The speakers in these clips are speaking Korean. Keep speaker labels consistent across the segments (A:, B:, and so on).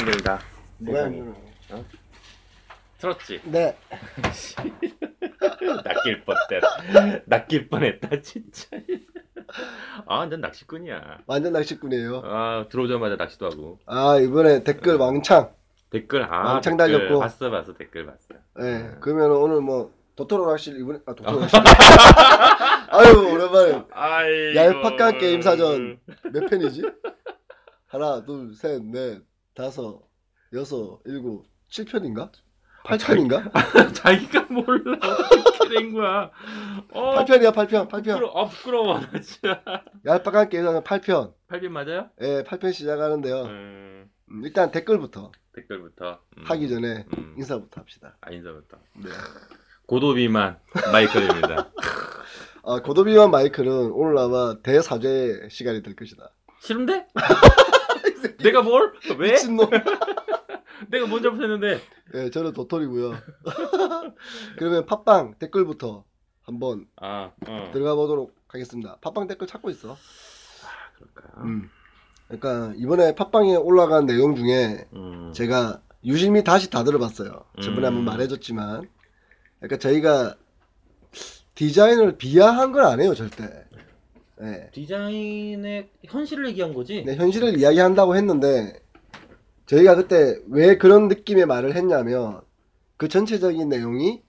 A: 힘들다.
B: 뭐야
A: 세상에.
B: 이거는.
A: 틀었지.
B: 네.
A: 낚일 뻔했다. 낚일 뻔했다 진짜. 아, 난 낚시꾼이야.
B: 완전 낚시꾼이에요.
A: 아, 들어오자마자 낚시도 하고.
B: 아 이번에 댓글 왕창.
A: 댓글 아,
B: 왕창
A: 댓글
B: 달렸고.
A: 봤어, 봤어, 댓글 봤어.
B: 예. 그러면 오늘 뭐 도토로 낚시를 이번에 아 도토로 낚시. 아유 오랜만에
A: 아이.
B: 얄팍한 게임 사전. 몇 편이지? 하나, 둘, 셋, 넷, 다섯, 여섯, 일곱, 칠 편인가? 팔 편인가?
A: 자기가 몰라 어떻게 된 거야. 어,
B: 팔 편이야 팔 편, 팔 편.
A: 부끄러, 아 부끄러워 나 진짜.
B: 얄팍한 게임사는 팔 편.
A: 8빈 맞아요?
B: 예, 8편 시작하는데요.
A: 음,
B: 음, 일단 댓글부터
A: 댓글부터. 음,
B: 하기 전에
A: 음,
B: 인사부터 합시다.
A: 아 인사부터.
B: 네.
A: 고도비만 마이클입니다.
B: 아, 고도비만 마이크는 오늘 아마 대사죄 시간이 될 것이다.
A: 싫은데? 내가 뭘? 왜?
B: 미친놈.
A: 내가 뭔 잘못했는데?
B: 예, 저는 도토리고요. 그러면 팟빵 댓글부터 한번
A: 아, 어.
B: 들어가 보도록 하겠습니다. 팟빵 댓글 찾고 있어.
A: 아, 그럴까?
B: 음. 그러니까 이번에 팟빵에 올라간 내용 중에
A: 음.
B: 제가 유심히 다시 다 들어봤어요. 저번에
A: 음.
B: 한번 말해줬지만, 그러니까 저희가 디자인을 비하한 건 아니에요 절대. 예.
A: 디자인의 현실을 얘기한 거지?
B: 네, 현실을 이야기한다고 했는데 저희가 그때 왜 그런 느낌의 말을 했냐면 그 전체적인 내용이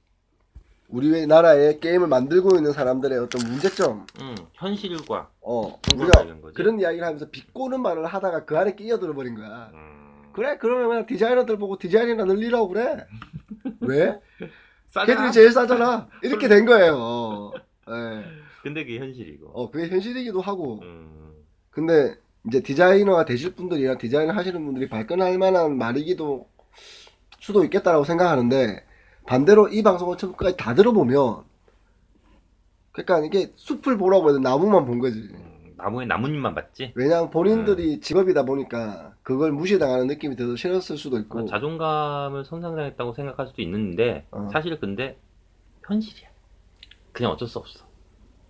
B: 우리 나라의 게임을 만들고 있는 사람들의 어떤 문제점,
A: 음, 현실과
B: 어, 우리가
A: 충돌하는 거지.
B: 그런 이야기를 하면서 비꼬는 말을 하다가 그 안에 끼어들어 버린 거야.
A: 음.
B: 그래, 그러면 그냥 디자이너들 보고 디자인이나 늘리라고 그래. 왜?
A: 싸잖아.
B: 걔들이 제일 싸잖아. 이렇게 된 거예요. 예.
A: 근데 그게 현실이고.
B: 어, 그게 현실이기도 하고.
A: 음.
B: 근데 이제 디자이너가 되실 분들이나 디자인을 하시는 분들이 발끈할 만한 말이기도 수도 있겠다라고 생각하는데 반대로 이 방송을 처음까지 다 들어보면 그러니까 이게 숲을 보라고 해도 나무만 본 거지.
A: 음, 나무에 나뭇잎만 봤지?
B: 왜냐하면
A: 음.
B: 본인들이 직업이다 보니까 그걸 무시당하는 느낌이 들어서 싫었을 수도 있고
A: 그러니까 자존감을 손상당했다고 생각할 수도 있는데
B: 어.
A: 사실 근데 현실이야. 그냥 어쩔 수 없어.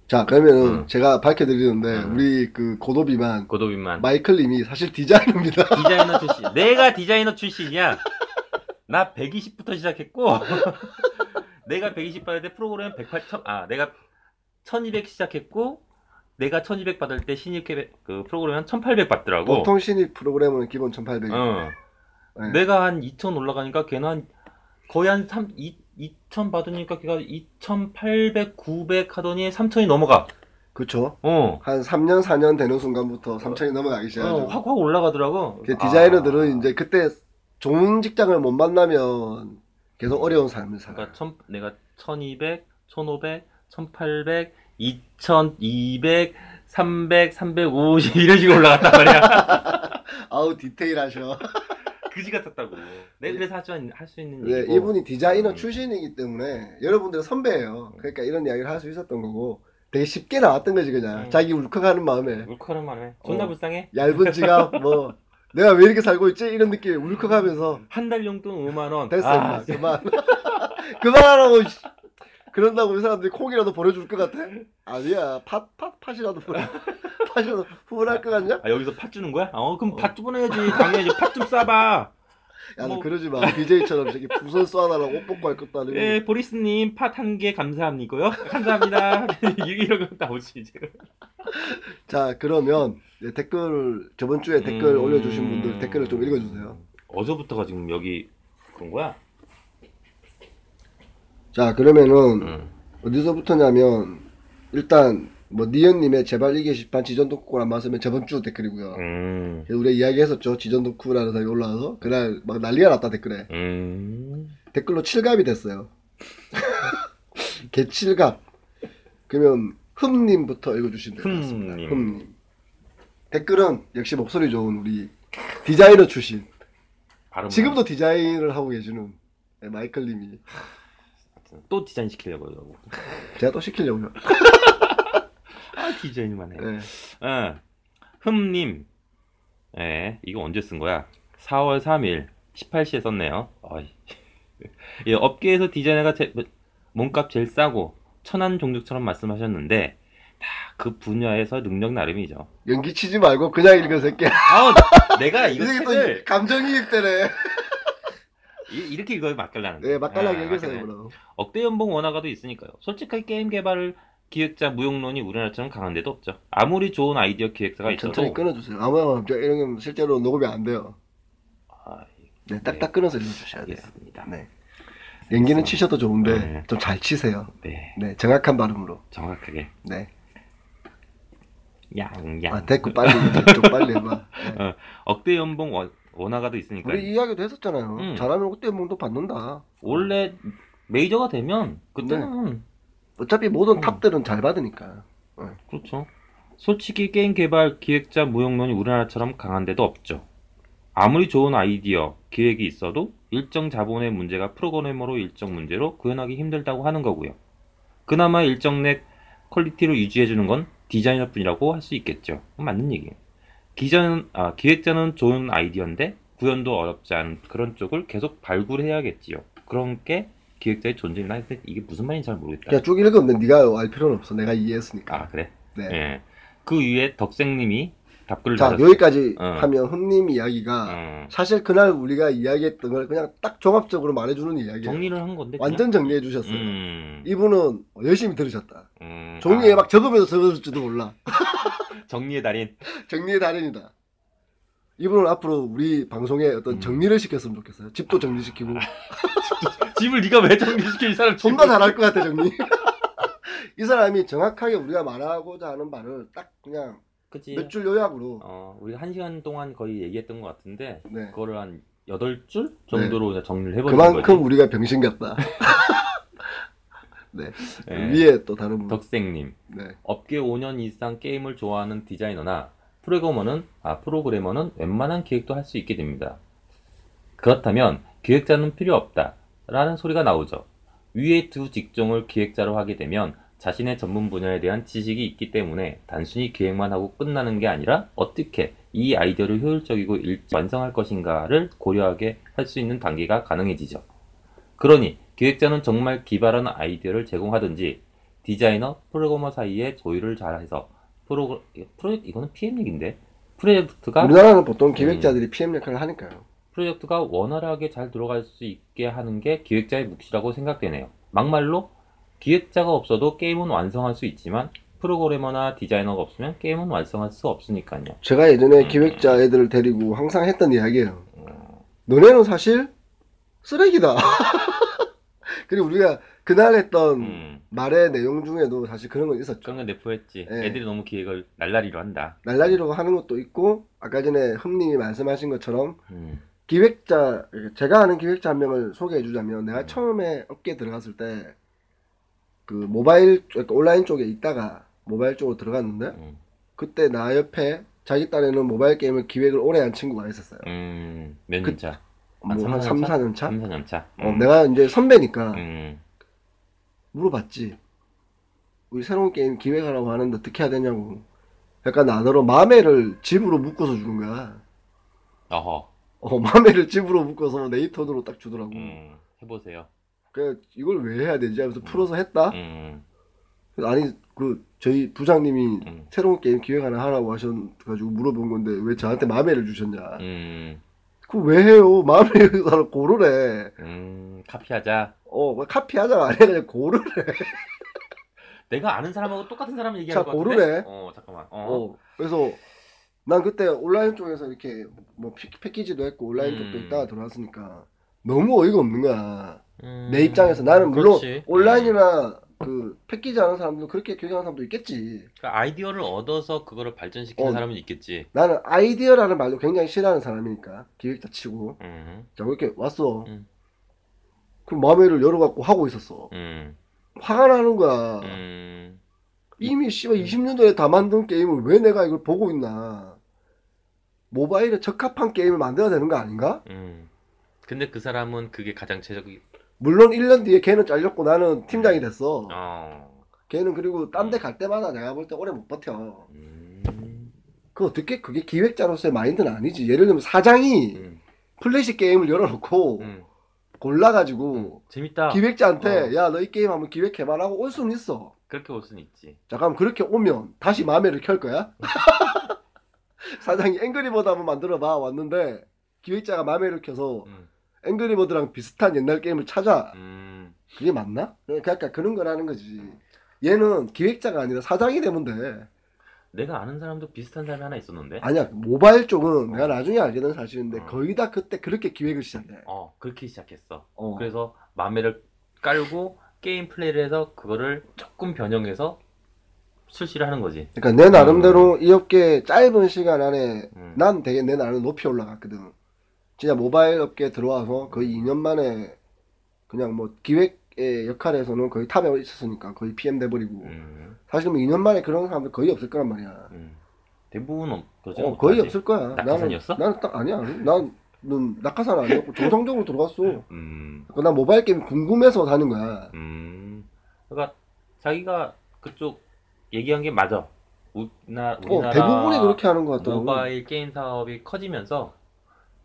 B: 자 그러면
A: 음.
B: 제가 밝혀드리는데
A: 음.
B: 우리 그 고도비만
A: 고도빈만
B: 마이클님이 사실 디자이너입니다.
A: 디자이너 출신. 내가 디자이너 출신이야. 나 120부터 시작했고 내가 120 받을 때 프로그램 108, 천, 아 내가 1200 시작했고 내가 1200 받을 때 신입 캐- 그 프로그램은 1800 받더라고.
B: 보통 신입 프로그래머는 기본 1,800.
A: 어.
B: 네.
A: 내가 한 2000 올라가니까 걔는 한 거의 한 3, 2, 2000 받으니까 걔가 2800, 900 하더니 3000이 넘어가.
B: 그렇죠.
A: 어.
B: 한 3년 4년 되는 순간부터 3천이 넘어가기 시작하죠.
A: 어, 확확 올라가더라고.
B: 그렇죠. 그 디자이너들은
A: 아.
B: 이제 그때 좋은 직장을 못 만나면 계속 어려운 삶을 살아.
A: 그러니까 천, 내가 1200, 1500, 1800, 2200, 300, 350 이런 식으로 올라갔단 말이야.
B: 아우 디테일하셔.
A: 그지 같았다고. 내 그래서 할수 할수 있는
B: 네,
A: 얘기고.
B: 이분이 디자이너
A: 음.
B: 출신이기 때문에 여러분들의 선배예요. 그러니까 이런 이야기를 할 수 있었던 거고 되게 쉽게 나왔던 거지 그냥
A: 음.
B: 자기 울컥하는 마음에
A: 울컥하는 마음에 존나
B: 어.
A: 불쌍해.
B: 얇은 지갑 뭐 내가 왜 이렇게 살고 있지 이런 느낌에 울컥하면서
A: 한 달 용돈 5만 원.
B: 됐어
A: 아,
B: 임마. 그만 그만하라고 씨. 그런다고 이 사람들이 콩이라도 보내줄 것 같아? 아니야 팥, 팥, 팥이라도 보내 팥이라도 후원할 것 같냐?
A: 아, 여기서 팥 주는 거야? 어 그럼
B: 어.
A: 팥 주문해야지. 당연히 팥 좀 싸봐.
B: 야, 너
A: 뭐-
B: 그러지 마. BJ처럼 저기 부선 쏴달라고 옷 벗고 할 것도 아니고.
A: 예, 보리스님 팥 한 개 감사합니고요. 감사합니다. 이런 거 나오지 이제.
B: 자, 그러면 이제 댓글 저번 주에
A: 음.
B: 댓글 올려주신 분들 댓글을 좀 읽어주세요.
A: 어서부터가 지금 여기 그런 거야?
B: 자, 그러면은
A: 응.
B: 어디서부터냐면 일단 뭐 니언님의 제발 이 게시판 지전 덕후란 말씀은 저번 주 댓글이고요.
A: 음.
B: 우리가 이야기했었죠. 지전 덕후라는 사람이 올라와서 그날 막 난리가 났다 댓글에
A: 음.
B: 댓글로 칠갑이 됐어요. 개칠갑. 그러면 흠님부터 읽어주시면 될 것 같습니다.
A: 흠님.
B: 흠님. 댓글은 역시 목소리 좋은 우리 디자이너 출신.
A: 발음
B: 지금도 디자인을 하고 계시는 네, 마이클님이
A: 또 디자인 시키려고 그러고.
B: 제가 또 시키려고요.
A: 아 디자인만 해.
B: 네.
A: 예, 어. 흠님. 예, 이거 언제 쓴 거야? 4월 3일. 18시에 썼네요. 어이. 예, 업계에서 디자이너가 제- 몸값 제일 싸고 천한 종족처럼 말씀하셨는데 다 그 분야에서 능력 나름이죠.
B: 연기 치지 말고 그냥 읽어 새끼야.
A: 아우 내가 이거
B: 이게 또
A: 책을
B: 감정이입되네.
A: 이- 이렇게 이걸 막걸라는
B: 네, 맛깔나게
A: 아,
B: 읽으세요,
A: 막걸라.
B: 그럼.
A: 억대 연봉 원화가도 있으니까요. 솔직하게 게임 개발 기획자 무용론이 우리나라처럼 강한 데도 없죠. 아무리 좋은 아이디어 기획사가
B: 천천히
A: 있어도
B: 끊어주세요. 아무나 이런 건 실제로 녹음이 안 돼요.
A: 아, 예.
B: 네, 딱딱 끊어서 읽어주셔야 돼요.
A: 알겠습니다.
B: 네. 연기는 치셔도 좋은데
A: 네.
B: 좀 잘 치세요.
A: 네,
B: 네, 정확한 발음으로.
A: 정확하게
B: 네.
A: 양양.
B: 아, 됐고 빨리 좀 빨리
A: 어,
B: 해봐. 네.
A: 억대 연봉 원, 원화가도 있으니까요.
B: 우리 이야기도 했었잖아요.
A: 음.
B: 잘하면 그때 연봉도 받는다.
A: 원래 메이저가 되면
B: 네.
A: 그때는
B: 어차피 모든
A: 음.
B: 탑들은 잘 받으니까.
A: 그렇죠. 솔직히 게임 개발 기획자 무용론이 우리나라처럼 강한 데도 없죠. 아무리 좋은 아이디어, 기획이 있어도 일정 자본의 문제가 프로그래머로 일정 문제로 구현하기 힘들다고 하는 거고요. 그나마 일정 내 퀄리티를 유지해주는 건 디자이너뿐이라고 할 수 있겠죠. 맞는 얘기예요. 기자는, 아, 기획자는 좋은 아이디어인데 구현도 어렵지 않은 그런 쪽을 계속 발굴해야겠지요. 그런 게 기획자의 존재나 했을 때 이게 무슨 말인지 잘 모르겠다.
B: 그냥 쭉 읽으면 네가 알 필요는 없어. 내가 이해했으니까.
A: 아 그래?
B: 네.
A: 예. 그 위에 덕생님이 답글을
B: 자,
A: 달았어요.
B: 여기까지
A: 어.
B: 하면 흠님 이야기가
A: 음,
B: 사실 그날 우리가 이야기했던 걸 그냥 딱 종합적으로 말해주는 이야기예요.
A: 정리를 한 건데 그냥?
B: 완전 정리해 주셨어요.
A: 음,
B: 이분은 열심히 들으셨다.
A: 음,
B: 종이에
A: 아,
B: 막 적으면서 적었을지도 몰라.
A: 정리의 달인
B: 정리의 달인이다. 이분은 앞으로 우리 방송에 어떤
A: 음.
B: 정리를 시켰으면 좋겠어요. 집도 정리시키고
A: 집을 네가 왜 정리시켜 이 사람 집을
B: 존나 잘할 것 같아 정리. 이 사람이 정확하게 우리가 말하고자 하는 말을 딱 그냥
A: 그치
B: 몇 줄 요약으로
A: 어, 우리가 한 시간 동안 거의 얘기했던 것 같은데
B: 네.
A: 그거를 한 여덟 줄 정도로 그냥 정리를 해버린
B: 그만큼
A: 거지
B: 우리가 병신 같다.
A: 예.
B: 위에 또 다른 분.
A: 덕생님
B: 네.
A: 업계 5년 이상 게임을 좋아하는 디자이너나 프로그래머는 아 프로그래머는 웬만한 기획도 할 수 있게 됩니다. 그렇다면 기획자는 필요 없다라는 소리가 나오죠. 위의 두 직종을 기획자로 하게 되면 자신의 전문 분야에 대한 지식이 있기 때문에 단순히 기획만 하고 끝나는 게 아니라 어떻게 이 아이디어를 효율적이고 일- 완성할 것인가를 고려하게 할 수 있는 단계가 가능해지죠. 그러니 기획자는 정말 기발한 아이디어를 제공하든지 디자이너, 프로그래머 사이에 조율을 잘해서 프로 프로 이거는 PM 얘기인데 프로젝트가 예.
B: 우리나라는 보통 기획자들이 PM 역할을 하니까요.
A: 프로젝트가 원활하게 잘 들어갈 수 있게 하는 게 기획자의 몫이라고 생각되네요. 막말로 기획자가 없어도 게임은 완성할 수 있지만 프로그래머나 디자이너가 없으면 게임은 완성할 수 없으니까요.
B: 제가 예전에
A: 음.
B: 기획자 애들을 데리고 항상 했던 이야기예요. 너네는 사실 쓰레기다. 그리고 우리가 그날 했던
A: 음.
B: 말의 내용 중에도 사실 그런 건 있었죠.
A: 그런 건 내포했지.
B: 예.
A: 애들이 너무 기획을 날라리로 한다.
B: 날라리로 하는 것도 있고 아까 전에 흠님이 말씀하신 것처럼
A: 음.
B: 기획자 제가 아는 기획자 한 명을 소개해주자면 내가
A: 음.
B: 처음에 업계 들어갔을 때 그 모바일 쪽- 온라인 쪽에 있다가 모바일 쪽으로 들어갔는데
A: 음.
B: 그때 나 옆에 자기 딴에는 모바일 게임을 기획을 오래 한 친구가 있었어요.
A: 음. 몇
B: 그-
A: 년차? 아,
B: 뭐
A: 삼,
B: 한
A: 사
B: 3,
A: 년 차?
B: 4년 차?
A: 3, 4년 차.
B: 어, 내가 이제 선배니까
A: 음.
B: 물어봤지. 우리 새로운 게임 기획하라고 하는데 어떻게 해야 되냐고. 약간 나더러 마매를 집으로 묶어서 주는 거야.
A: 어허.
B: 어, 마매를 집으로 묶어서 네이턴으로 딱 주더라고.
A: 음. 해보세요.
B: 그래, 이걸 왜 해야 되지 하면서 풀어서 했다?
A: 음.
B: 아니, 그, 저희 부장님이
A: 음.
B: 새로운 게임 기획 하나 하라고 하셔가지고 물어본 건데 왜 저한테 마매를 주셨냐.
A: 음.
B: 그거 왜 해요? 마매 의사를 고르래.
A: 음. 카피하자.
B: 어, 카피하자가 아니라 그냥 고르래.
A: 내가 아는 사람하고 똑같은 사람 얘기하는
B: 자,
A: 것 같은데.
B: 고르네.
A: 어, 잠깐만.
B: 어, 그래서 난 그때 온라인 쪽에서 이렇게 뭐 피- 패키지도 했고 온라인
A: 음.
B: 쪽도 있다가 들어왔으니까 너무 어이가 없는 거야.
A: 음,
B: 내 입장에서 나는 물론
A: 그렇지. 음.
B: 온라인이나 그 패키지 하는 사람도 그렇게 교육하는 사람도 있겠지.
A: 그 아이디어를 얻어서 그거를 발전시키는
B: 어.
A: 사람은 있겠지.
B: 나는 아이디어라는 말도 굉장히 싫어하는 사람이니까 기획자 치고
A: 음,
B: 자 이렇게 왔어.
A: 음.
B: 그럼 마음에를 열어갖고 하고 있었어.
A: 음,
B: 화가 나는 거야.
A: 음,
B: 이미 씨발 20년 전에 다 만든 게임을 왜 내가 이걸 보고 있나? 모바일에 적합한 게임을 만들어야 되는 거 아닌가?
A: 음. 근데 그 사람은 그게 가장 최적이.
B: 물론 1년 뒤에 걔는 잘렸고
A: 음.
B: 나는 팀장이 됐어.
A: 어.
B: 걔는 그리고 딴 데 갈 때마다 내가 볼 때 오래 못 버텨.
A: 음,
B: 그 어떻게 그게 기획자로서의 마인드는 아니지. 예를 들면 사장이
A: 음,
B: 플래시 게임을 열어놓고
A: 음.
B: 골라가지고
A: 재밌다.
B: 어. 기획자한테
A: 어.
B: 야 너 이 게임 한번 기획해봐라고 올 수는 있어.
A: 그렇게 올 수는 있지.
B: 자 그럼 그렇게 오면 다시 마매를 켤 거야? 사장이 앵그리버드 한번 만들어봐 왔는데 기획자가 마매를 켜서
A: 음.
B: 앵그리버드랑 비슷한 옛날 게임을 찾아.
A: 음.
B: 그게 맞나? 그러니까 그런 거라는 거지. 얘는 기획자가 아니라 사장이 되면 돼.
A: 내가 아는 사람도 비슷한 사람이 하나 있었는데.
B: 아니야 모바일 쪽은
A: 어.
B: 내가 나중에 알게 된 사실인데
A: 어.
B: 거의 다 그때 그렇게 기획을 시작해.
A: 어 그렇게 시작했어.
B: 어.
A: 그래서 마매를 깔고 게임 플레이를 해서 그거를 조금 변형해서 출시를 하는 거지.
B: 그러니까 내 나름대로 이 업계 짧은 시간 안에
A: 음.
B: 난 되게 내 나름 높이 올라갔거든. 진짜 모바일 업계 들어와서 거의 2년 만에 그냥 뭐 기획의 역할에서는 거의 탑에 있었으니까 거의 PM 돼버리고
A: 음.
B: 사실 뭐 2년 만에 그런 사람들 거의 없을 거란 말이야.
A: 음. 대부분 없- 그죠?
B: 어, 거의
A: 어떡하지?
B: 없을 거야.
A: 낙하산이었어?
B: 나는, 나는 딱 아니야. 나는 낙하산 아니었고 정상적으로 들어갔어. 그러니까
A: 음.
B: 난 모바일 게임 궁금해서 다는 거야.
A: 음. 그러니까 자기가 그쪽 얘기한 게 맞아. 우나 우리나라
B: 어, 대부분이 그렇게 하는 것 같더라고.
A: 모바일 게임 사업이 커지면서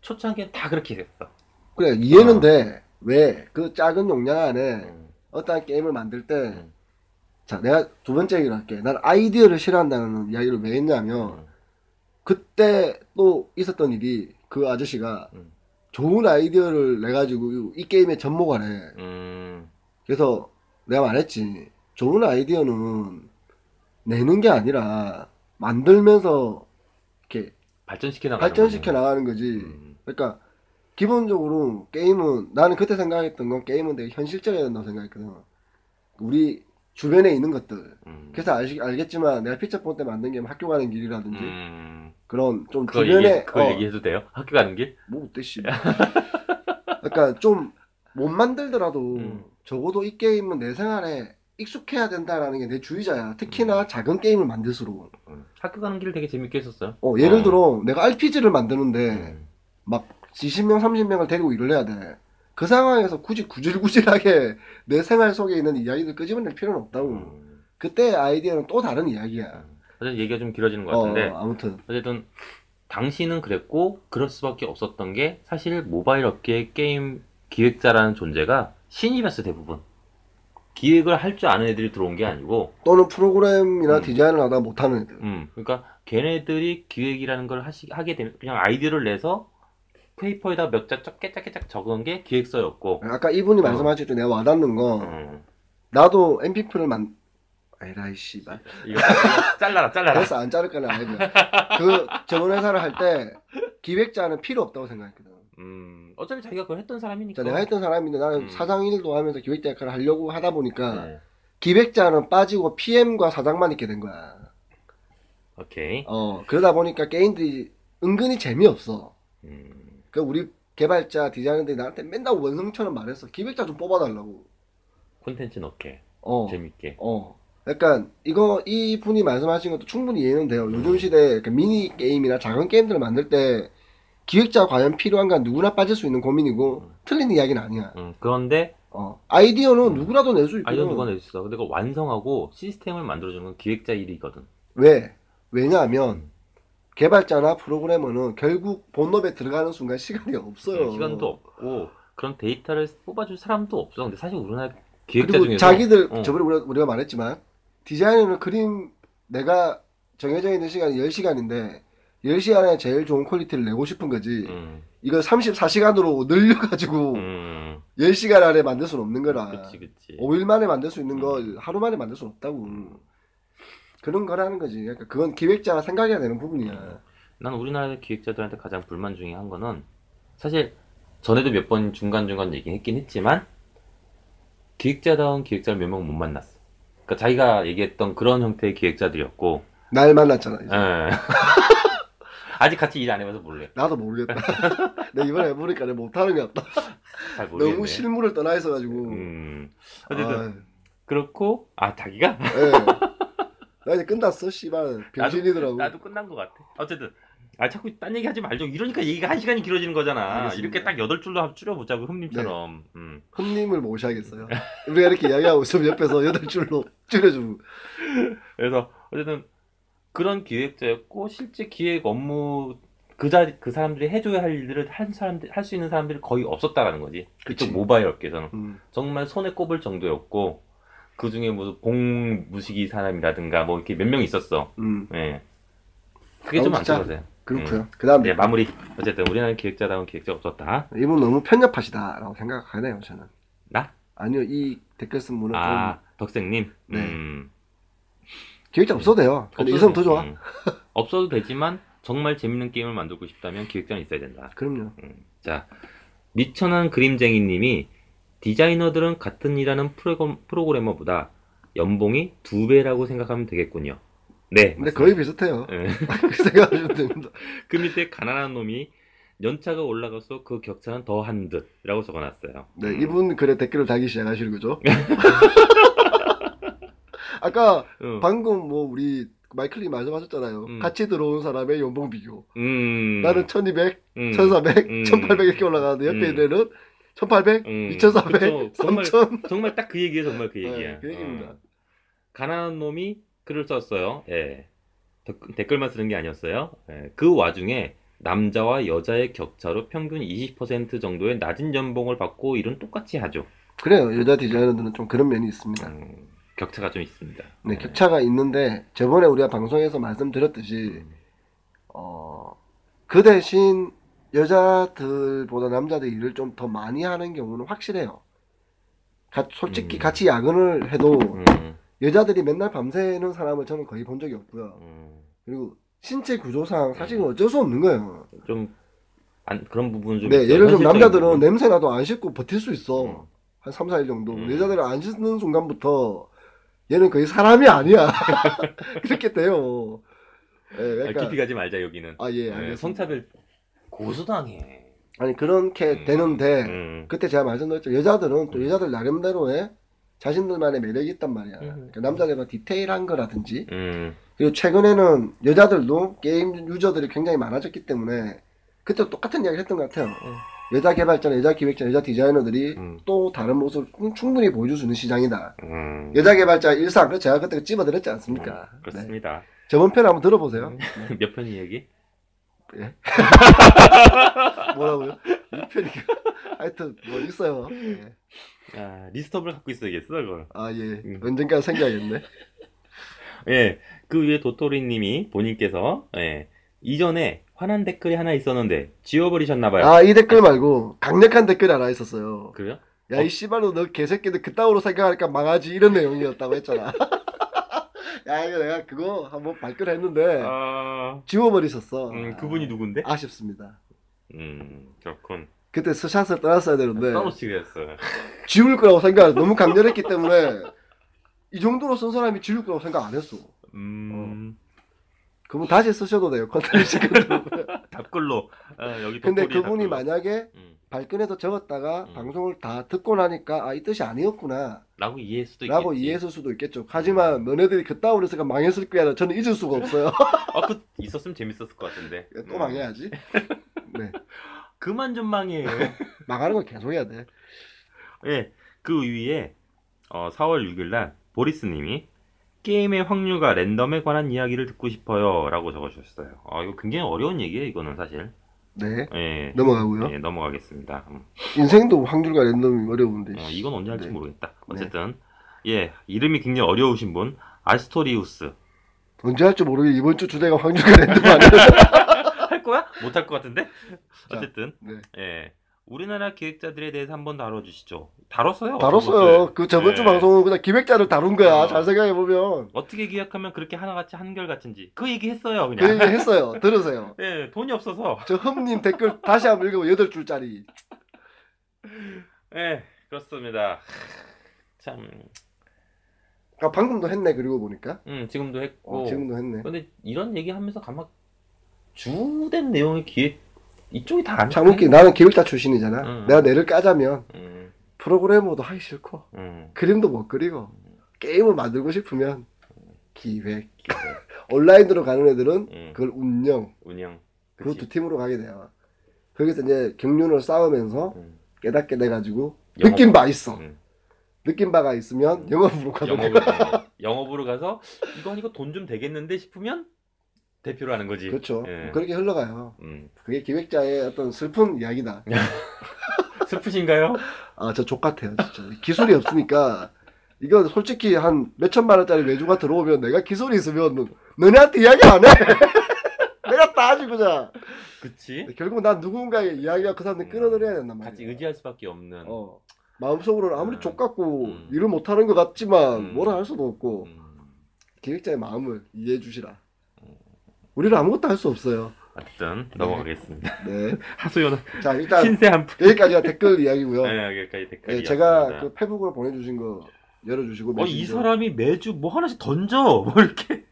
A: 초창기엔 다 그렇게 됐어.
B: 그래 이해는
A: 어.
B: 돼. 왜 그 작은 용량 안에
A: 음.
B: 어떠한 게임을 만들 때,
A: 음.
B: 자 내가 두 번째 얘기를 할게. 난 아이디어를 싫어한다는 이야기를 왜 했냐면
A: 음.
B: 그때 또 있었던 일이 그 아저씨가
A: 음.
B: 좋은 아이디어를 내 가지고 이 게임에 접목을 해.
A: 음.
B: 그래서 내가 말했지. 좋은 아이디어는 내는 게 아니라 만들면서 이렇게
A: 발전시켜 나가.
B: 발전시켜 나가는 거지.
A: 음.
B: 그러니까 기본적으로 게임은 나는 그때 생각했던 건 게임은 되게 현실적이어야 된다고 생각했거든. 우리 주변에 있는 것들.
A: 음.
B: 그래서 알, 알겠지만 내가 피처폰 때 만든 게 학교 가는 길이라든지
A: 음.
B: 그런 좀
A: 그걸
B: 주변에
A: 얘기 그걸
B: 어,
A: 얘기해도 돼요? 학교 가는 길?
B: 뭐 어때 씨. 그러니까 좀 못 만들더라도
A: 음.
B: 적어도 이 게임은 내 생활에 익숙해야 된다라는 게 내 주의자야. 특히나 작은 게임을 만들수록.
A: 음. 학교 가는 길 되게 재밌게 했었어요.
B: 어, 예를
A: 어.
B: 들어 내가 RPG를 만드는데
A: 음.
B: 20명, 30명을 데리고 일을 해야 돼. 그 상황에서 굳이 구질구질하게 내 생활 속에 있는 이야기들 끄집어낼 필요는 없다고.
A: 음.
B: 그때 아이디어는 또 다른 이야기야.
A: 어쨌든 얘기가 좀 길어지는 것
B: 어,
A: 같은데
B: 아무튼.
A: 어쨌든 당시는 그랬고 그럴 수밖에 없었던 게 사실 모바일 업계의 게임 기획자라는 존재가 신입이었어 대부분 기획을 할 줄 아는 애들이 들어온 게 아니고
B: 또는 프로그램이나
A: 음.
B: 디자인을 하다 못하는 애들.
A: 음 그러니까 걔네들이 기획이라는 걸 하시, 하게 되면 그냥 아이디어를 내서 페이퍼에다 몇 자 짧게 짧게 쫙 적은 게 기획서였고
B: 아까 이분이
A: 어.
B: 말씀하실 때 내가 와닿는 거,
A: 음,
B: 나도 MPF를 만, 에라이 씨발.
A: 이거 잘라라 잘라라
B: 그래서 안 자를 거는 아니야. 그 전문 회사를 할 때 기획자는 필요 없다고 생각했거든.
A: 음 어차피 자기가 그걸 했던 사람이니까
B: 자, 내가 했던 사람인데 나는
A: 음.
B: 사장 일도 하면서 기획자 역할을 하려고 하다 보니까
A: 네.
B: 기획자는 빠지고 PM과 사장만 있게 된 거야.
A: 오케이
B: 어, 그러다 보니까 게임들이 은근히 재미없어.
A: 음,
B: 그 우리 개발자, 디자이너들이 나한테 맨날 원성처럼 말했어. 기획자 좀 뽑아달라고.
A: 콘텐츠 넣게
B: 어.
A: 재밌게
B: 어. 약간 이거 이 분이 말씀하신 것도 충분히 이해는 돼요. 요즘
A: 음.
B: 시대에 이렇게 미니 게임이나 작은 게임들을 만들 때 기획자 과연 필요한가 누구나 빠질 수 있는 고민이고
A: 음.
B: 틀린 이야기는 아니야.
A: 음 그런데
B: 어. 아이디어는
A: 음.
B: 누구라도 낼 수 있고.
A: 아이디어 누가 내줬어. 근데 그걸 완성하고 시스템을 만들어주는 건 기획자 일이거든.
B: 왜? 왜냐하면
A: 음.
B: 개발자나 프로그래머는 결국 본업에 들어가는 순간 시간이 없어요.
A: 음, 시간도 없고 그런 데이터를 뽑아줄 사람도 없어. 근데 사실 우리나라 기획자
B: 그리고
A: 중에서
B: 자기들
A: 어.
B: 저번에 우리가, 우리가 말했지만 디자이너는 그림 내가 정해져 있는 시간이 10시간인데 10시 안에 제일 좋은 퀄리티를 내고 싶은 거지
A: 음,
B: 이걸 34시간으로 늘려가지고
A: 음,
B: 10시간 안에 만들 수는 없는 거라
A: 그치 그치.
B: 5일 만에 만들 수 있는 거
A: 음.
B: 하루 만에 만들 수는 없다고
A: 음.
B: 그런 거라는 거지 그러니까 그건 기획자가 생각해야 되는
A: 음.
B: 부분이야
A: 난 우리나라 기획자들한테 가장 불만 중에 한 거는 사실 전에도 몇 번 중간중간 얘기했긴 했지만 기획자다운 기획자를 몇 명 못 만났어. 그러니까 자기가 얘기했던 그런 형태의 기획자들이었고
B: 날 만났잖아 이제.
A: 예. 아직 같이 일 안 해봐서 몰래
B: 나도 모르겠다 내가 이번에 해보니까 내가 못하는 게 없다
A: 잘 모르겠네.
B: 너무 실물을 떠나 있어가지고
A: 음. 어쨌든
B: 아유.
A: 그렇고 아 자기가
B: 예. 나 이제 끝났어, 씨발. 병신이더라고.
A: 나도 끝난 것 같아. 어쨌든 아 자꾸 딴 얘기 하지 말죠. 이러니까 얘기가 한 시간이 길어지는 거잖아.
B: 알겠습니다. 네.
A: 이렇게 딱 여덟 줄로 줄여보자고 흠님처럼. 음.
B: 흠님을 모셔야겠어요. 우리가 이렇게 이야기하고 있으면 옆에서 여덟 줄로 줄여주고.
A: 그래서 어쨌든 그런 기획자였고 실제 기획 업무 그 자, 그 사람들이 해줘야 할 일을 한 사람들, 할 수 있는 사람들이 거의 없었다라는 거지.
B: 그치.
A: 이쪽 모바일 업계에서는.
B: 음.
A: 정말 손에 꼽을 정도였고, 그 중에 무슨 봉무식이 사람이라든가 뭐 이렇게 몇 명 있었어.
B: 음.
A: 예. 그게 좀
B: 아우, 진짜.
A: 안타까워요.
B: 그렇고요. 그다음
A: 네, 마무리. 어쨌든 우리나라 기획자다운 기획자 없었다.
B: 이분 너무 편협하시다라고 생각하네요 저는.
A: 나?
B: 아니요 이 댓글 쓴 분은 좀
A: 아, 덕생님.
B: 네.
A: 음.
B: 기획자 없어도 돼요. 근데 이 사람 더 좋아.
A: 음. 없어도 되지만 정말 재밌는 게임을 만들고 싶다면 기획자는 있어야 된다.
B: 그럼요.
A: 음, 자, 미천한 그림쟁이님이 디자이너들은 같은 일하는 프로그램, 프로그래머보다 연봉이 두 배라고 생각하면 되겠군요. 네.
B: 근데
A: 맞습니다.
B: 거의 비슷해요.
A: 예.
B: 그렇게 생각하시면 됩니다.
A: 그 밑에 가난한 놈이 연차가 올라가서 그 격차는 더 한 듯이라고 적어놨어요.
B: 네,
A: 음.
B: 이분 글에 댓글을 달기 시작하시는 거죠. 아까
A: 음.
B: 방금 뭐 우리 마이클이 말씀하셨잖아요.
A: 음.
B: 같이 들어온 사람의 연봉 비교.
A: 음.
B: 나는 1200,
A: 음.
B: 1400,
A: 음.
B: 1800 이렇게 올라가는데 옆에
A: 음.
B: 있는 애는 1800,
A: 음.
B: 2400,
A: 그쵸. 정말
B: 3000.
A: 정말 딱 그 얘기예요. 정말 그 얘기야.
B: 네, 그 얘기입니다.
A: 어. 가난한 놈이 글을 썼어요. 예. 덧- 댓글만 쓰는 게 아니었어요. 예. 그 와중에 남자와 여자의 격차로 평균 20% 정도의 낮은 연봉을 받고 일은 똑같이 하죠.
B: 그래요. 여자 디자이너들은 좀 그런 면이 있습니다.
A: 음, 격차가 좀 있습니다.
B: 네,
A: 예.
B: 격차가 있는데 저번에 우리가 방송에서 말씀드렸듯이
A: 음,
B: 어, 그 대신 여자들보다 남자들이 일을 좀 더 많이 하는 경우는 확실해요. 가- 솔직히
A: 음.
B: 같이 야근을 해도
A: 음,
B: 여자들이 맨날 밤새는 사람을 저는 거의 본 적이 없고요.
A: 음.
B: 그리고 신체 구조상 사실은 어쩔 수 없는 거예요.
A: 좀 안- 그런 부분 좀.
B: 네,
A: 있죠.
B: 예를 들면
A: 현실적인
B: 남자들은
A: 부분.
B: 냄새 나도 안 씻고 버틸 수
A: 음.
B: 있어. 한 3, 4일 정도.
A: 음.
B: 여자들은 안 씻는 순간부터 얘는 거의 사람이 아니야. 그렇게 돼요. 예,
A: 아,
B: 그러니까
A: 깊이 가지 말자 여기는.
B: 아, 예,
A: 예,
B: 알겠습니다.
A: 성차별 고소당해.
B: 아니 그렇게
A: 음.
B: 되는데
A: 음.
B: 그때 제가 말씀드렸죠. 여자들은 또
A: 음.
B: 여자들 나름대로의 자신들만의 매력이 있단 말이야.
A: 음.
B: 그러니까 남자들과 디테일한 거라든지
A: 음.
B: 그리고 최근에는 여자들도 게임 유저들이 굉장히 많아졌기 때문에 그때 똑같은 이야기를 했던 것 같아요. 여자 개발자나 여자 기획자, 여자 디자이너들이
A: 음.
B: 또 다른 모습을 충- 충분히 보여줄 수 있는 시장이다.
A: 음.
B: 여자 개발자 일상, 그 제가 그때 찝어드렸지 않습니까?
A: 음,
B: 네.
A: 그렇습니다. 음.
B: 저번 편 한번 들어보세요. 네.
A: 몇 편이 얘기?
B: 뭐라고요? 이 편이가 하여튼 뭐 있어요. 예.
A: 아, 리스트업을 갖고 있어야겠어, 그걸.
B: 아 예,
A: 음.
B: 언젠가 생겨야겠네.
A: 예.
B: 네.
A: 그 위에 도토리 님이 본인께서, 예. 이전에 화난 댓글이 하나 있었는데, 지워버리셨나봐요.
B: 아 이 댓글 말고 강력한 댓글이 하나 있었어요.
A: 그래요?
B: 야 이 씨발로 너 개새끼들 그따위로 생각하니까 망하지 이런 내용이었다고 했잖아. 야 이거 내가 그거 한번 발견했는데
A: 아,
B: 지워버리셨어. 아,
A: 음, 그분이 누군데?
B: 네. 아쉽습니다.
A: 음, 그렇군.
B: 그때 스샷을 떠났어야 되는데
A: 따로 지그랬어.
B: 지울 거라고 생각 너무 강렬했기 때문에 이 정도로 쓴 사람이 지울 거라고 생각 안 했어.
A: 음,
B: 그분 다시 쓰셔도 돼요 컨텐츠를.
A: 그 댓글로. 아, 여기
B: 어. 근데
A: 도토리의
B: 그분이
A: 댓글로.
B: 만약에
A: 음,
B: 발끈해서 적었다가
A: 음.
B: 방송을 다 듣고 나니까 아 이 뜻이 아니었구나
A: 라고 이해할 수도 있겠지. 음.
B: 라고 이해했을 수도 있겠죠 하지만 너네들이 그따위로 있으니까 망했을 거야 저는 잊을 수가 없어요
A: 아, 그, 있었으면 재밌었을 것 같은데. 음.
B: 또 망해야지 네
A: 그만 좀 망해.
B: 망하는 건 계속 해야 돼
A: 예, 그 위에 어, 4월 6일날 보리스님이 게임의 확률과 랜덤에 관한 이야기를 듣고 싶어요라고 적어주셨어요. 아 이거 굉장히 어려운 얘기예요, 이거는 사실.
B: 네.
A: 예,
B: 넘어가고요
A: 예, 넘어가겠습니다. 음,
B: 인생도 확률과 랜덤이 어려운데
A: 어, 이건 언제 할지
B: 네.
A: 모르겠다. 어쨌든 예, 이름이 굉장히 어려우신 분 아스토리우스
B: 언제 할지 모르게 이번 주 주제가 확률과 랜덤 아니야
A: 할 거야? 못 할 것 같은데. 어쨌든
B: 네.
A: 예, 우리나라 기획자들에 대해서 한번 다뤄주시죠. 다뤘어요.
B: 다뤘어요 그 저번 주
A: 네.
B: 방송은 그냥 기획자를 다룬 거야
A: 어.
B: 잘 생각해보면
A: 어떻게 기획하면 그렇게 하나같이 한결같은지 그 얘기 했어요
B: 그
A: 그냥.
B: 얘기 했어요 들으세요
A: 예, 돈이 없어서.
B: 저 흠님 댓글 다시 한번 읽어보 여덟 줄짜리
A: 예, 그렇습니다. 참,
B: 아 방금도 했네 그리고 보니까
A: 음, 지금도
B: 어,
A: 했고.
B: 지금도 했네
A: 근데 이런 얘기 하면서 가만 주된 내용의 기획 이쪽이 다안
B: 참 웃기 나는 기획자 출신이잖아
A: 응.
B: 내가 내를 까자면
A: 음,
B: 프로그래머도 하기 싫고
A: 음.
B: 그림도 못 그리고 게임을 만들고 싶으면 기획 온라인으로 가는 애들은
A: 음,
B: 그걸 운영
A: 운영.
B: 그
A: 그치?
B: 두 팀으로 가게 돼요 거기서 이제 경륜을 싸우면서
A: 음.
B: 깨닫게 돼가지고
A: 영업.
B: 느낀 바 있어
A: 음.
B: 느낀 바가 있으면
A: 음.
B: 영업으로 가는 거야
A: 영업으로, 영업으로 가서 이거 아니고 돈 좀 되겠는데 싶으면 대표로 하는 거지.
B: 그렇죠.
A: 예.
B: 그렇게 흘러가요.
A: 음.
B: 그게 기획자의 어떤 슬픈 이야기다.
A: 슬프신가요?
B: 아, 저 족 같아요, 진짜. 기술이 없으니까. 이거 솔직히 한 몇천만 원짜리 외주가 들어오면 내가 기술이 있으면 너네한테 이야기 안 해. 내가 따지 그자.
A: 그치?
B: 결국 난 누군가의 이야기가 그 사람들 끌어들여야 된단
A: 음.
B: 말이야.
A: 같이 의지할 수밖에 없는.
B: 어. 마음속으로는 아무리
A: 음.
B: 족 같고
A: 음.
B: 일을 못 하는 것 같지만
A: 음.
B: 뭐라 할 수도 없고
A: 음,
B: 기획자의 마음을 이해해 주시라. 우리는 아무것도 할 수 없어요.
A: 하여튼 넘어가겠습니다.
B: 네.
A: 하소연
B: 자, 일단
A: 신세 한 푼.
B: 여기까지가 댓글 이야기고요.
A: 네, 여기까지 댓글이.
B: 예, 제가 그 페북으로 보내주신 거 열어주시고
A: 어, 이
B: 메신저.
A: 사람이 매주 뭐 하나씩 던져. 뭐 이렇게.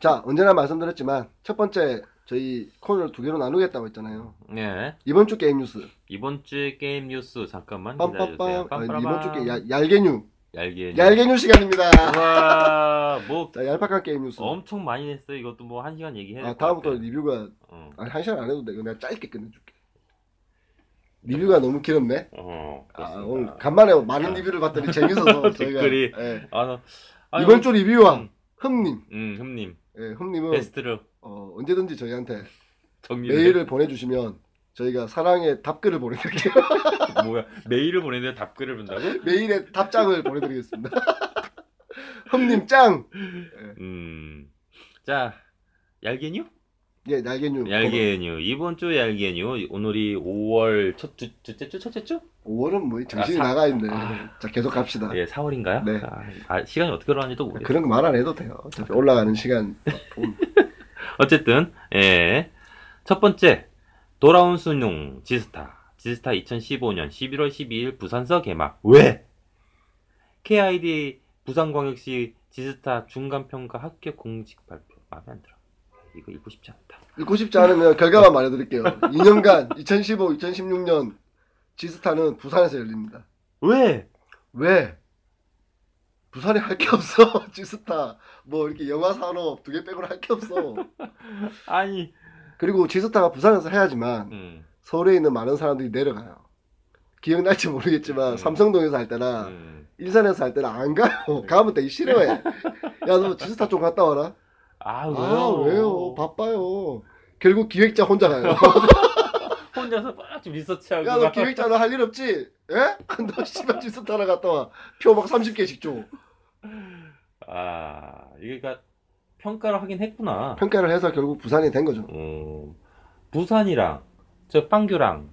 B: 자 언제나 말씀드렸지만 첫 번째 저희 코너를 두 개로 나누겠다고 했잖아요.
A: 네.
B: 이번 주 게임 뉴스
A: 이번 주의 게임 뉴스 잠깐만 기다려주세요. 네.
B: 빰빰빰
A: 빰
B: 아니,
A: 빰
B: 이번 주 게 얄개뉴
A: 얄게.
B: 얄개뉴 시간입니다.
A: 와, 뭐
B: 자 얄팍한 게임 뉴스.
A: 엄청 많이 냈어요. 이것도 뭐 한 시간 얘기해.
B: 아 다음부터 리뷰가
A: 어.
B: 아니 한 시간 안 해도 돼. 이거 내가 짧게 끝내줄게. 리뷰가 너무 길었네.
A: 어.
B: 아,
A: 그렇습니다.
B: 오늘 간만에 많은
A: 아.
B: 리뷰를 봤더니 재밌어서 저희가
A: 댓글이.
B: 예.
A: 아, 나- 아,
B: 이번
A: 이거-
B: 주 리뷰왕
A: 음.
B: 흠님.
A: 음, 흠님
B: 예, 흠님은
A: 베스트를
B: 어, 언제든지 저희한테
A: 정리를
B: 메일을 보내주시면 저희가 사랑의 답글을 보내드릴게요.
A: 뭐야 메일을 보내는데 답글을 본다고?
B: 메일에 답장을 보내드리겠습니다. 흠님 짱.
A: 음, 자 얄개뉴?
B: 예, 날개뉴.
A: 얄개뉴 이번 주 얄개뉴 오늘이 5월 첫 주, 주째 주 첫째 주?
B: 5월은 뭐 정신이
A: 아, 사-
B: 나가 있네.
A: 아.
B: 자, 계속 갑시다.
A: 예, 4월인가요?
B: 네.
A: 아, 시간이 어떻게 흘러가는지도 모르겠어.
B: 그런 거 말 안 해도 돼요. 어차피 올라가는 시간.
A: 어쨌든 예. 첫 번째 돌아온 수능 지스타 지스타 2015년 11월 12일 부산서 개막 왜 KID 부산광역시 지스타 중간평가 합격 공식 발표 마음에 안 들어 이거 읽고 싶지 않다
B: 읽고 싶지 않으면 결과만 말해드릴게요. 2년간 2015, 2016년 지스타는 부산에서 열립니다.
A: 왜
B: 왜? 부산에 할 게 없어. 지스타 뭐 이렇게 영화 산업 두 개 빼고는 할 게 없어.
A: 아니
B: 그리고 지스타가 부산에서 해야지만
A: 음,
B: 서울에 있는 많은 사람들이 내려가요. 기억날지 모르겠지만
A: 음.
B: 삼성동에서 할 때나
A: 음.
B: 일산에서 할 때는 안 가요. 가면 되게 싫어해. 야 너 지스타 좀 갔다 와라.
A: 아 왜요
B: 아 왜요? 바빠요. 결국 기획자 혼자 가요.
A: 혼자서 막 좀 리서치하고
B: 야 너
A: 막
B: 기획자는 할 일 없지? 예? 너 씨발 지스타 하나 갔다 와. 표 막 30개씩 줘.
A: 아 이게 그러니까 평가를 하긴 했구나
B: 평가를 해서 결국 부산이 된 거죠.
A: 음, 부산이랑 저 빵규랑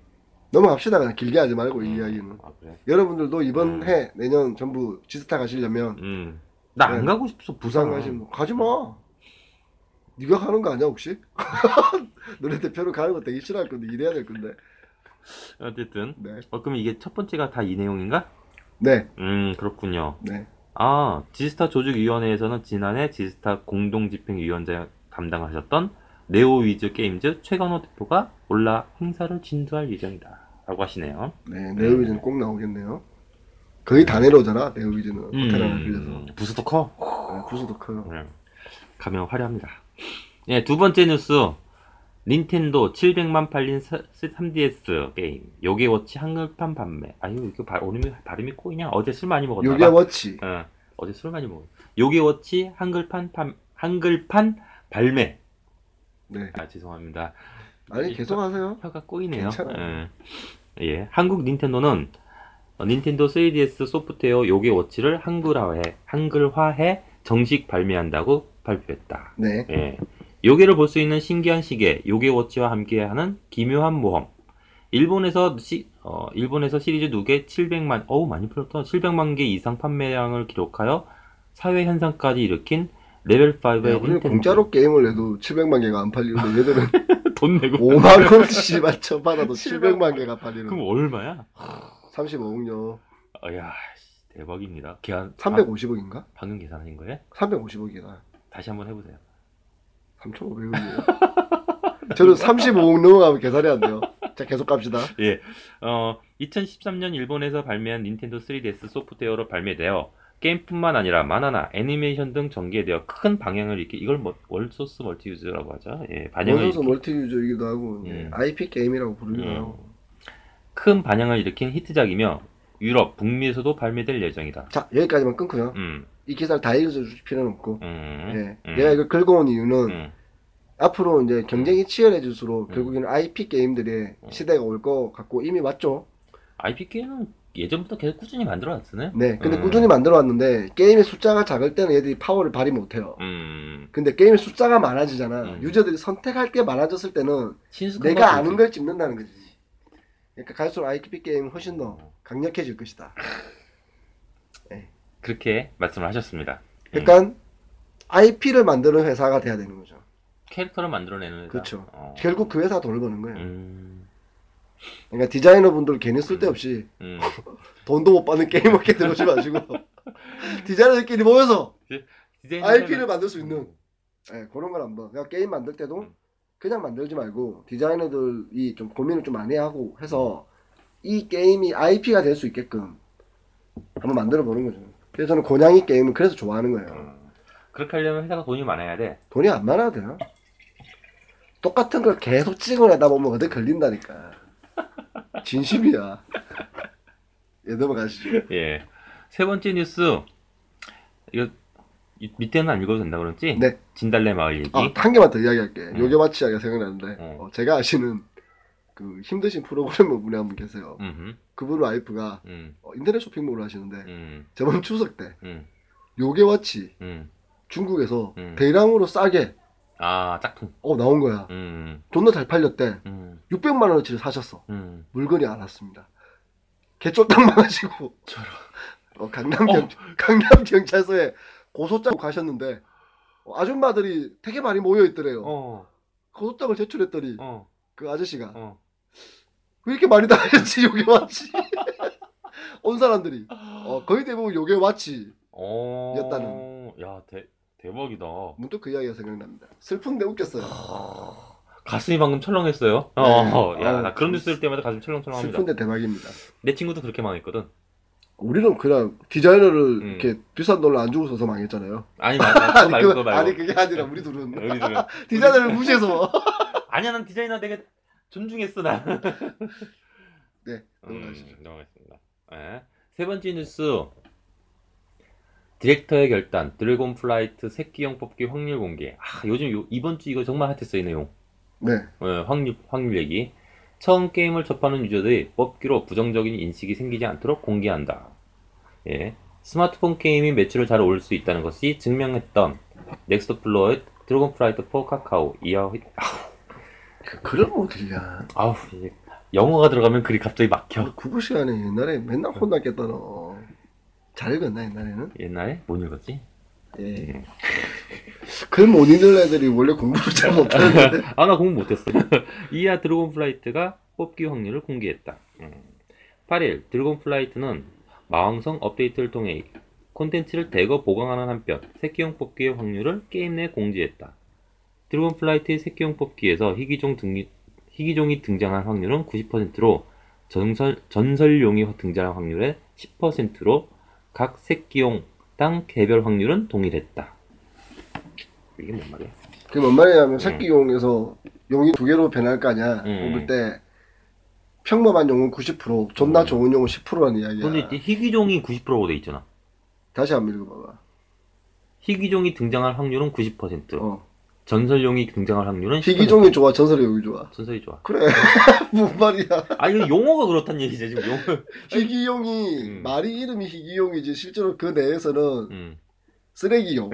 B: 넘어갑시다. 그냥 길게 하지 말고 뭐 이 이야기는.
A: 아 그래
B: 여러분들도 이번
A: 음.
B: 해 내년 전부 지스타 가시려면
A: 음. 나 안
B: 네.
A: 가고 싶어 부산
B: 부산 가시면 뭐, 가지 마. 네가 가는 거 아니야 혹시? 너네 대표로 가는 거 되게 싫어할 건데 일해야 될 건데.
A: 어쨌든
B: 네.
A: 어 그럼 이게 첫 번째가 다 이 내용인가?
B: 네.
A: 음 그렇군요
B: 네.
A: 아 지스타 조직위원회에서는 지난해 지스타 공동집행위원장 담당하셨던 네오위즈 게임즈 최강호 대표가 올라 행사를 진두할 예정이다 라고 하시네요
B: 네. 네오위즈는 꼭 나오겠네요. 거의 다 내려오잖아. 네오위즈는 호텔 하나 빌려서.
A: 음, 부스도 커
B: 네, 부수도 커요.
A: 네. 가면 화려합니다 예, 두 번째 뉴스 닌텐도 700만 팔린 사- 3DS 게임 요괴워치 한글판 판매 아유 이거 발, 오늘 발음이 꼬이냐 어제 술 많이 먹었나 봐.
B: 요괴워치.
A: 어, 어제 술 많이 먹었어. 요괴워치 한글판 판- 한글판 발매.
B: 네.
A: 아 죄송합니다. 네.
B: 아니 계속 하세요.
A: 혀가 꼬이네요.
B: 괜찮아요.
A: 예. 예. 한국 닌텐도는 어, 닌텐도 3DS 소프트웨어 요괴워치를 한글화해 한글화해 정식 발매한다고 발표했다.
B: 네.
A: 예. 요괴를 볼 수 있는 신기한 시계, 요괴워치와 함께하는 기묘한 모험. 일본에서 시, 어, 일본에서 시리즈 2개 700만, 어우 많이 풀었다. 700만 개 이상 판매량을 기록하여 사회 현상까지 일으킨 레벨 5의
B: 야, 우리는 네, 공짜로 게임을 해도 700만 개가 안 팔리는데 얘들은
A: 돈 내고
B: 5만 원씩 맞춰 받아도
A: 700만
B: 700만 개가 팔리는.
A: 그럼 뭐- 얼마야?
B: 35억요.
A: 어, 야, 씨, 대박입니다. 계산
B: 350억인가?
A: 방금 계산하신 거예요?
B: 350억이다.
A: 다시 한번 해 보세요.
B: 3,500원이에요. 저는 35억 넘어가면 계산이 안 돼요. 자, 계속 갑시다.
A: 어, 2013년 일본에서 발매한 닌텐도 3DS 소프트웨어로 발매되어 게임뿐만 아니라 만화나 애니메이션 등 전개되어 큰 방향을 일으키 이걸 뭐, 월소스 멀티유즈라고 하죠. 예, 반영을
B: 원소스
A: 일으킨-
B: 멀티 유저이기도 하고 이제
A: 음.
B: IP 게임이라고 부르기도
A: 음.
B: 하고.
A: 큰 반향을 일으킨 히트작이며 유럽, 북미에서도 발매될 예정이다.
B: 자, 여기까지만 끊고요.
A: 음,
B: 이 기사를 다 읽어줄 필요는 없고.
A: 음,
B: 예.
A: 음.
B: 내가 이걸 긁어온 이유는
A: 음,
B: 앞으로 이제 경쟁이 치열해질수록
A: 음.
B: 결국에는 IP 게임들의
A: 음.
B: 시대가 올 것 같고 이미 왔죠.
A: IPK는 예전부터 계속 꾸준히 만들어 왔었네.
B: 네. 근데
A: 음.
B: 꾸준히 만들어 왔는데 게임의 숫자가 작을 때는 얘들이 파워를 발휘 못 해요.
A: 음.
B: 근데 게임의 숫자가 많아지잖아.
A: 음.
B: 유저들이 선택할 게 많아졌을 때는
A: 친숙한
B: 내가
A: 것도
B: 아는
A: 있지.
B: 걸 집는다는 거지. 그러니까 갈수록 IP 게임은 훨씬 더 강력해질 것이다.
A: 그렇게 말씀을 하셨습니다.
B: 그러니까 IP를 만드는 회사가 돼야 되는 거죠.
A: 캐릭터를 만들어내는 회사.
B: 그렇죠.
A: 어.
B: 결국 그 회사 돈을 버는 거예요.
A: 음.
B: 그러니까 디자이너분들 괜히 쓸데없이
A: 음.
B: 돈도 못 받는 게임 업계 들어오지 마시고 디자이너들끼리 모여서 IP를 만들 수 있는 예, 그런 걸 한번 그냥 게임 만들 때도
A: 음.
B: 그냥 만들지 말고 디자이너들이 좀 고민을 좀 많이 하고 해서 이 게임이 IP가 될 수 있게끔 한번 만들어 보는 거죠. 그래서 저는 고양이 게임을 그래서 좋아하는 거예요.
A: 음. 그렇게 하려면 회사가 돈이 많아야 돼.
B: 돈이 안 많아도 돼요. 똑같은 걸 계속 찍어내다 보면 어디 걸린다니까. 진심이야. 예, 넘어가시죠.
A: 예. 세 번째 뉴스. 이거 이- 밑에는 안 읽어도 된다 그랬지?
B: 네.
A: 진달래 마을 얘기.
B: 아, 한 개만 더 이야기할게.
A: 음.
B: 요게마치 이야기가 생각나는데,
A: 음.
B: 어, 제가 아시는 그 힘드신 프로그래머 분이 한 분 계세요.
A: 음.
B: 그분 와이프가
A: 음.
B: 어, 인터넷 쇼핑몰을 하시는데
A: 음.
B: 저번 추석 때
A: 음.
B: 요게와치
A: 음.
B: 중국에서
A: 음.
B: 대량으로 싸게
A: 아, 짝퉁.
B: 어, 나온 거야.
A: 음.
B: 존나 잘 팔렸대.
A: 음.
B: 600만 원어치를 사셨어.
A: 음.
B: 물건이 안 왔습니다. 개쫄딱 망하시고
A: 저런.
B: 어, 강남
A: 어.
B: 경 강남 경찰서에 고소장 가셨는데 어, 아줌마들이 되게 많이 모여 있더래요.
A: 어.
B: 고소장을 제출했더니
A: 어.
B: 그 아저씨가
A: 어.
B: 왜 이렇게 많이 당하셨지 요게와치 온 사람들이 어, 거의 대부분 요게와치
A: 어.
B: 였다는.
A: 야, 대 대박이다.
B: 문득 그 이야기가 생각납니다. 슬픈데 웃겼어요.
A: 아, 가슴이 방금 철렁했어요.
B: 네.
A: 어, 야,
B: 아,
A: 나 그런
B: 그-
A: 뉴스 일 때마다 가슴 철렁철렁합니다.
B: 슬픈데 대박입니다.
A: 내 친구도 그렇게 망했거든.
B: 우리는 그냥 디자이너를
A: 음.
B: 이렇게 비싼 돈을 안 주고 써서 망했잖아요.
A: 아니, 마, 마, 그거 말고 음. 그거 말고.
B: 아니 그게 아니라 우리 둘은
A: 네, 우리 둘은.
B: 디자이너를 무시해서.
A: 아니야, 난 디자이너 되게 존중했어, 나.
B: 네. 넘어가시죠.
A: 음, 넘어가겠습니다. 네. 세 번째 뉴스. 디렉터의 결단, 드래곤 플라이트 새끼형 뽑기 확률 공개. 아, 요즘 요- 이번 주 이거 정말 핫했어요, 이 내용.
B: 네.
A: 어, 확률, 확률 얘기. 처음 게임을 접하는 유저들이 뽑기로 부정적인 인식이 생기지 않도록 공개한다. 예. 스마트폰 게임이 매출을 잘 올릴 수 있다는 것이 증명했던 넥스트 플로의 드래곤 플라이트 4 카카오 이하
B: 그럼 어디야?
A: 아우 이제 영어가 들어가면 글이 갑자기 막혀
B: 국어 시간에 옛날에 맨날 혼났겠다 너. 잘 읽었나 옛날에는?
A: 옛날에 못 읽었지?
B: 예. 글못 읽는 애들이 원래 공부를 잘 못하는데.
A: 아 나 공부 못했어 이하 드래곤플라이트가 뽑기 확률을 공개했다 음. 8일 드래곤플라이트는 마왕성 업데이트를 통해 콘텐츠를 대거 보강하는 한편 새끼형 뽑기의 확률을 게임 내 공지했다 드래곤플라이트의 새끼형 뽑기에서 희귀종 등, 희귀종이 등장한 확률은 90%로 전설, 전설용이 등장한 확률의 10%로 각 새끼용당 개별 확률은 동일했다 이게 뭔 말이야?
B: 그게 뭔 말이냐면 새끼용에서 용이 두 개로 변할 거 아니야.
A: 음.
B: 뽑을 때 평범한 용은 90%, 존나
A: 음.
B: 좋은 용은 10%라는 이야기야.
A: 근데 이제 희귀종이 90%로 돼 있잖아.
B: 다시 한번 읽어봐봐.
A: 희귀종이 등장할 확률은 90%.
B: 어.
A: 전설용이 등장할 확률은 10%.
B: 희귀종이 좋아, 전설의 용이 좋아.
A: 전설이 좋아.
B: 그래. 뭔 말이야.
A: 아 이거 용어가 그렇단 얘기지 지금 용어.
B: 희귀용이
A: 음.
B: 말이 이름이 희귀용이지 실제로 그 내에서는
A: 음.
B: 쓰레기용.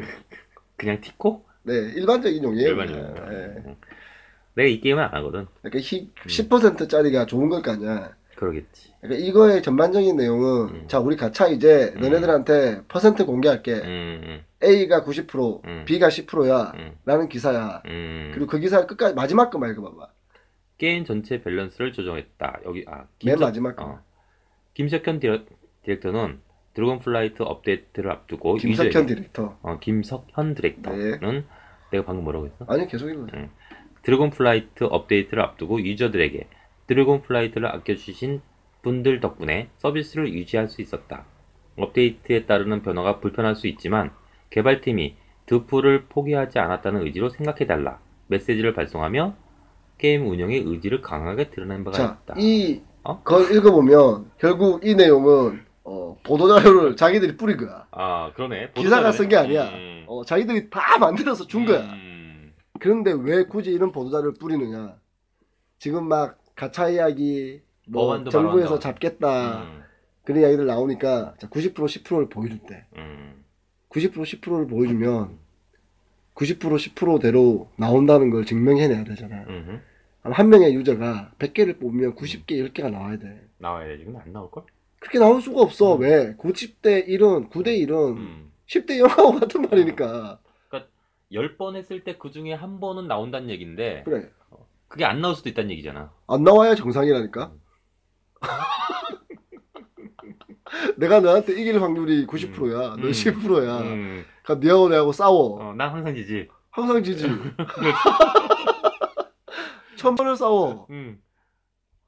A: 그냥 티코?
B: 네, 일반적인 용이에요.
A: 일반용.
B: 네.
A: 내가 이 게임을 안 하거든.
B: 그러니까 희, 10%짜리가 좋은 걸 거 아니야.
A: 그러겠지.
B: 그러니까 이거의 전반적인 내용은
A: 음.
B: 자, 우리 가차 이제
A: 음.
B: 너네들한테 퍼센트 공개할게.
A: 음.
B: A가 90%,
A: 음.
B: B가 10%야.
A: 음.
B: 라는 기사야.
A: 음.
B: 그리고 그 기사 끝까지 마지막 거만 읽어봐봐.
A: 게임 전체 밸런스를 조정했다. 여기 아
B: 맨
A: 김석-
B: 마지막 거.
A: 어. 김석현 디렉, 디렉터는 드래곤플라이트 어, 업데이트를 앞두고
B: 김석현 예.
A: 유저에게-
B: 디렉터.
A: 어, 김석현 디렉터는 내가 방금 뭐라고 했어?
B: 아니, 계속 읽어. 요
A: 드래곤 플라이트 업데이트를 앞두고 유저들에게 드래곤 플라이트를 아껴주신 분들 덕분에 서비스를 유지할 수 있었다. 업데이트에 따르는 변화가 불편할 수 있지만 개발팀이 드프를 포기하지 않았다는 의지로 생각해달라 메시지를 발송하며 게임 운영의 의지를 강하게 드러낸 바가
B: 자,
A: 있다.
B: 이,
A: 어?
B: 걸 읽어보면 결국 이 내용은 어, 보도자료를 자기들이 뿌린 거야. 어,
A: 아 그러네.
B: 기사가 쓴게 아니야.
A: 음.
B: 어, 자기들이 다 만들어서 준 거야.
A: 음.
B: 그런데 왜 굳이 이런 보도자를 뿌리느냐? 지금 막 가차 이야기, 뭐
A: 어반도
B: 정부에서
A: 말한다.
B: 잡겠다
A: 음,
B: 그런 이야기들 나오니까 자, 90% 10%를 보여줄 때
A: 음.
B: 90% 10%를 보여주면 90% 10%대로 나온다는 걸 증명해내야 되잖아.
A: 음흠.
B: 한 명의 유저가 100개를 뽑으면 90개 10개가 나와야 돼.
A: 나와야 돼 지금 안 나올 걸?
B: 그렇게 나올 수가 없어.
A: 음.
B: 왜? 90대 1은 9대 1은 10대 0하고
A: 어.
B: 같은 말이니까.
A: 10번 했을 때 그 중에 한 번은 나온다는 얘기인데
B: 그래.
A: 그게 안 나올 수도 있다는 얘기잖아.
B: 안 나와야
A: 음.
B: 정상이라니까. 내가 너한테 이길 확률이 90%야. 너
A: 음.
B: 10%야.
A: 음.
B: 그러니까 너하고 내하고 싸워.
A: 어, 네. 난 항상 지지.
B: 항상 지지. 천 번을 싸워.
A: 음.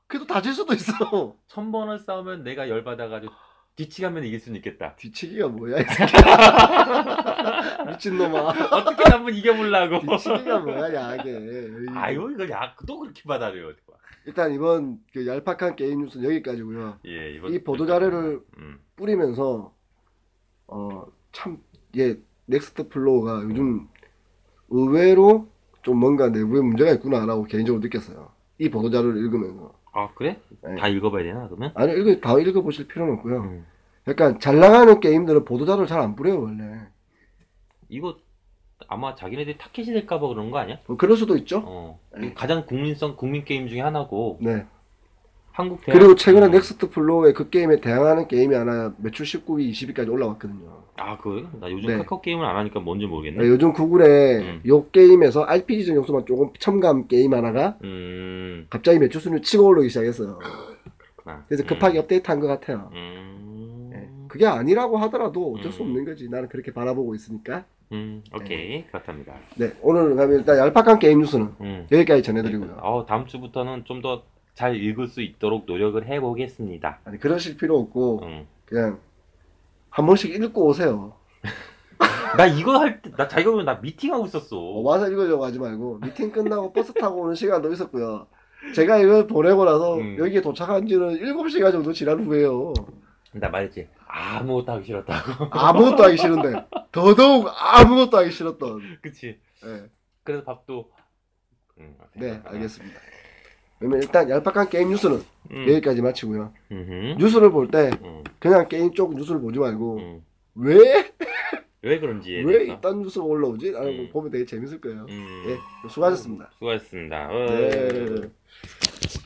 B: 그래도 다질 수도 있어.
A: 천 번을 싸우면 내가 열 받아가지고 뒤치가면 이길 수는 있겠다.
B: 뒤치기가 뭐야 이 새끼야. 미친놈아.
A: 어떻게 한번 이겨보려고.
B: 뒤치기가 뭐야 야게.
A: 아유 이걸 야, 또 그렇게 받아들여.
B: 일단 이번 그 얄팍한 게임 뉴스 는 여기까지고요.
A: 예,
B: 이 보도 자료를
A: 음.
B: 뿌리면서 어, 어참예 넥스트 플로우가 요즘 의외로 좀 뭔가 내부에 문제가 있구나라고 개인적으로 느꼈어요. 이 보도 자료를 읽으면서
A: 아 그래?
B: 네. 아.
A: 다 읽어봐야 되나 그러면?
B: 아니 읽어 다 읽어보실 필요는 없고요.
A: 음.
B: 약간 잘 나가는 게임들은 보도 자료를 잘 안 뿌려요 원래.
A: 이거 아마 자기네들이 타켓이 될까봐 그런 거 아니야?
B: 뭐 그럴 수도 있죠.
A: 어.
B: 네.
A: 가장 국민성 국민 게임 중에 하나고
B: 네.
A: 한국 대학
B: 그리고 최근에
A: 음.
B: 넥스트 플로우의 그 게임에 대항하는 게임이 하나 매출 19위, 20위까지 올라왔거든요.
A: 아 그? 나 요즘
B: 네.
A: 카카오 게임을 안 하니까 뭔지 모르겠네.
B: 네, 요즘 구글에
A: 음.
B: 요 게임에서 RPG적 요소만 조금 첨가한 게임 하나가
A: 음.
B: 갑자기 매출 순위를 치고 올라오기 시작했어요.
A: 그렇구나.
B: 그래서 급하게 업데이트한 것 같아요.
A: 음.
B: 예,
A: 네. 음.
B: 그게 아니라고 하더라도 어쩔 수
A: 음.
B: 없는 거지. 나는 그렇게 바라보고 있으니까.
A: 음. 오케이 그렇답니다.
B: 네, 오늘 가면 일단 얄팍한 게임 뉴스는
A: 음.
B: 여기까지 전해드리고요.
A: 어, 다음 주부터는 좀 더 잘 읽을 수 있도록 노력을 해보겠습니다.
B: 아니 그러실 필요 없고
A: 음.
B: 그냥 한 번씩 읽고 오세요.
A: 나 이거 할 때 나 자기가 보면 나 미팅하고 있었어.
B: 어, 와서 읽으려고 하지 말고 미팅 끝나고 버스 타고 오는 시간도 있었고요. 제가 이걸 보내고 나서
A: 음.
B: 여기에 도착한 지는 7시간 정도 지난 후에요.
A: 나 말했지 아무것도 하기 싫었다.
B: 아무것도 하기 싫은데 더더욱 아무것도 하기 싫었던
A: 그치?
B: 네,
A: 그래서 밥도 음,
B: 네, 알겠습니다 그러면 일단 얄팍한 게임 뉴스는
A: 음.
B: 여기까지 마치고요
A: 음흠.
B: 뉴스를 볼 때
A: 음.
B: 그냥 게임 쪽 뉴스를 보지 말고
A: 음.
B: 왜 왜
A: 왜 예, 그런지에 대해서.
B: 이딴 뉴스가 올라오지? 라는 거
A: 음.
B: 보면 되게 재밌을 거예요
A: 음. 어.
B: 예 수고하셨습니다
A: 네. 수고하셨습니다.
B: 네.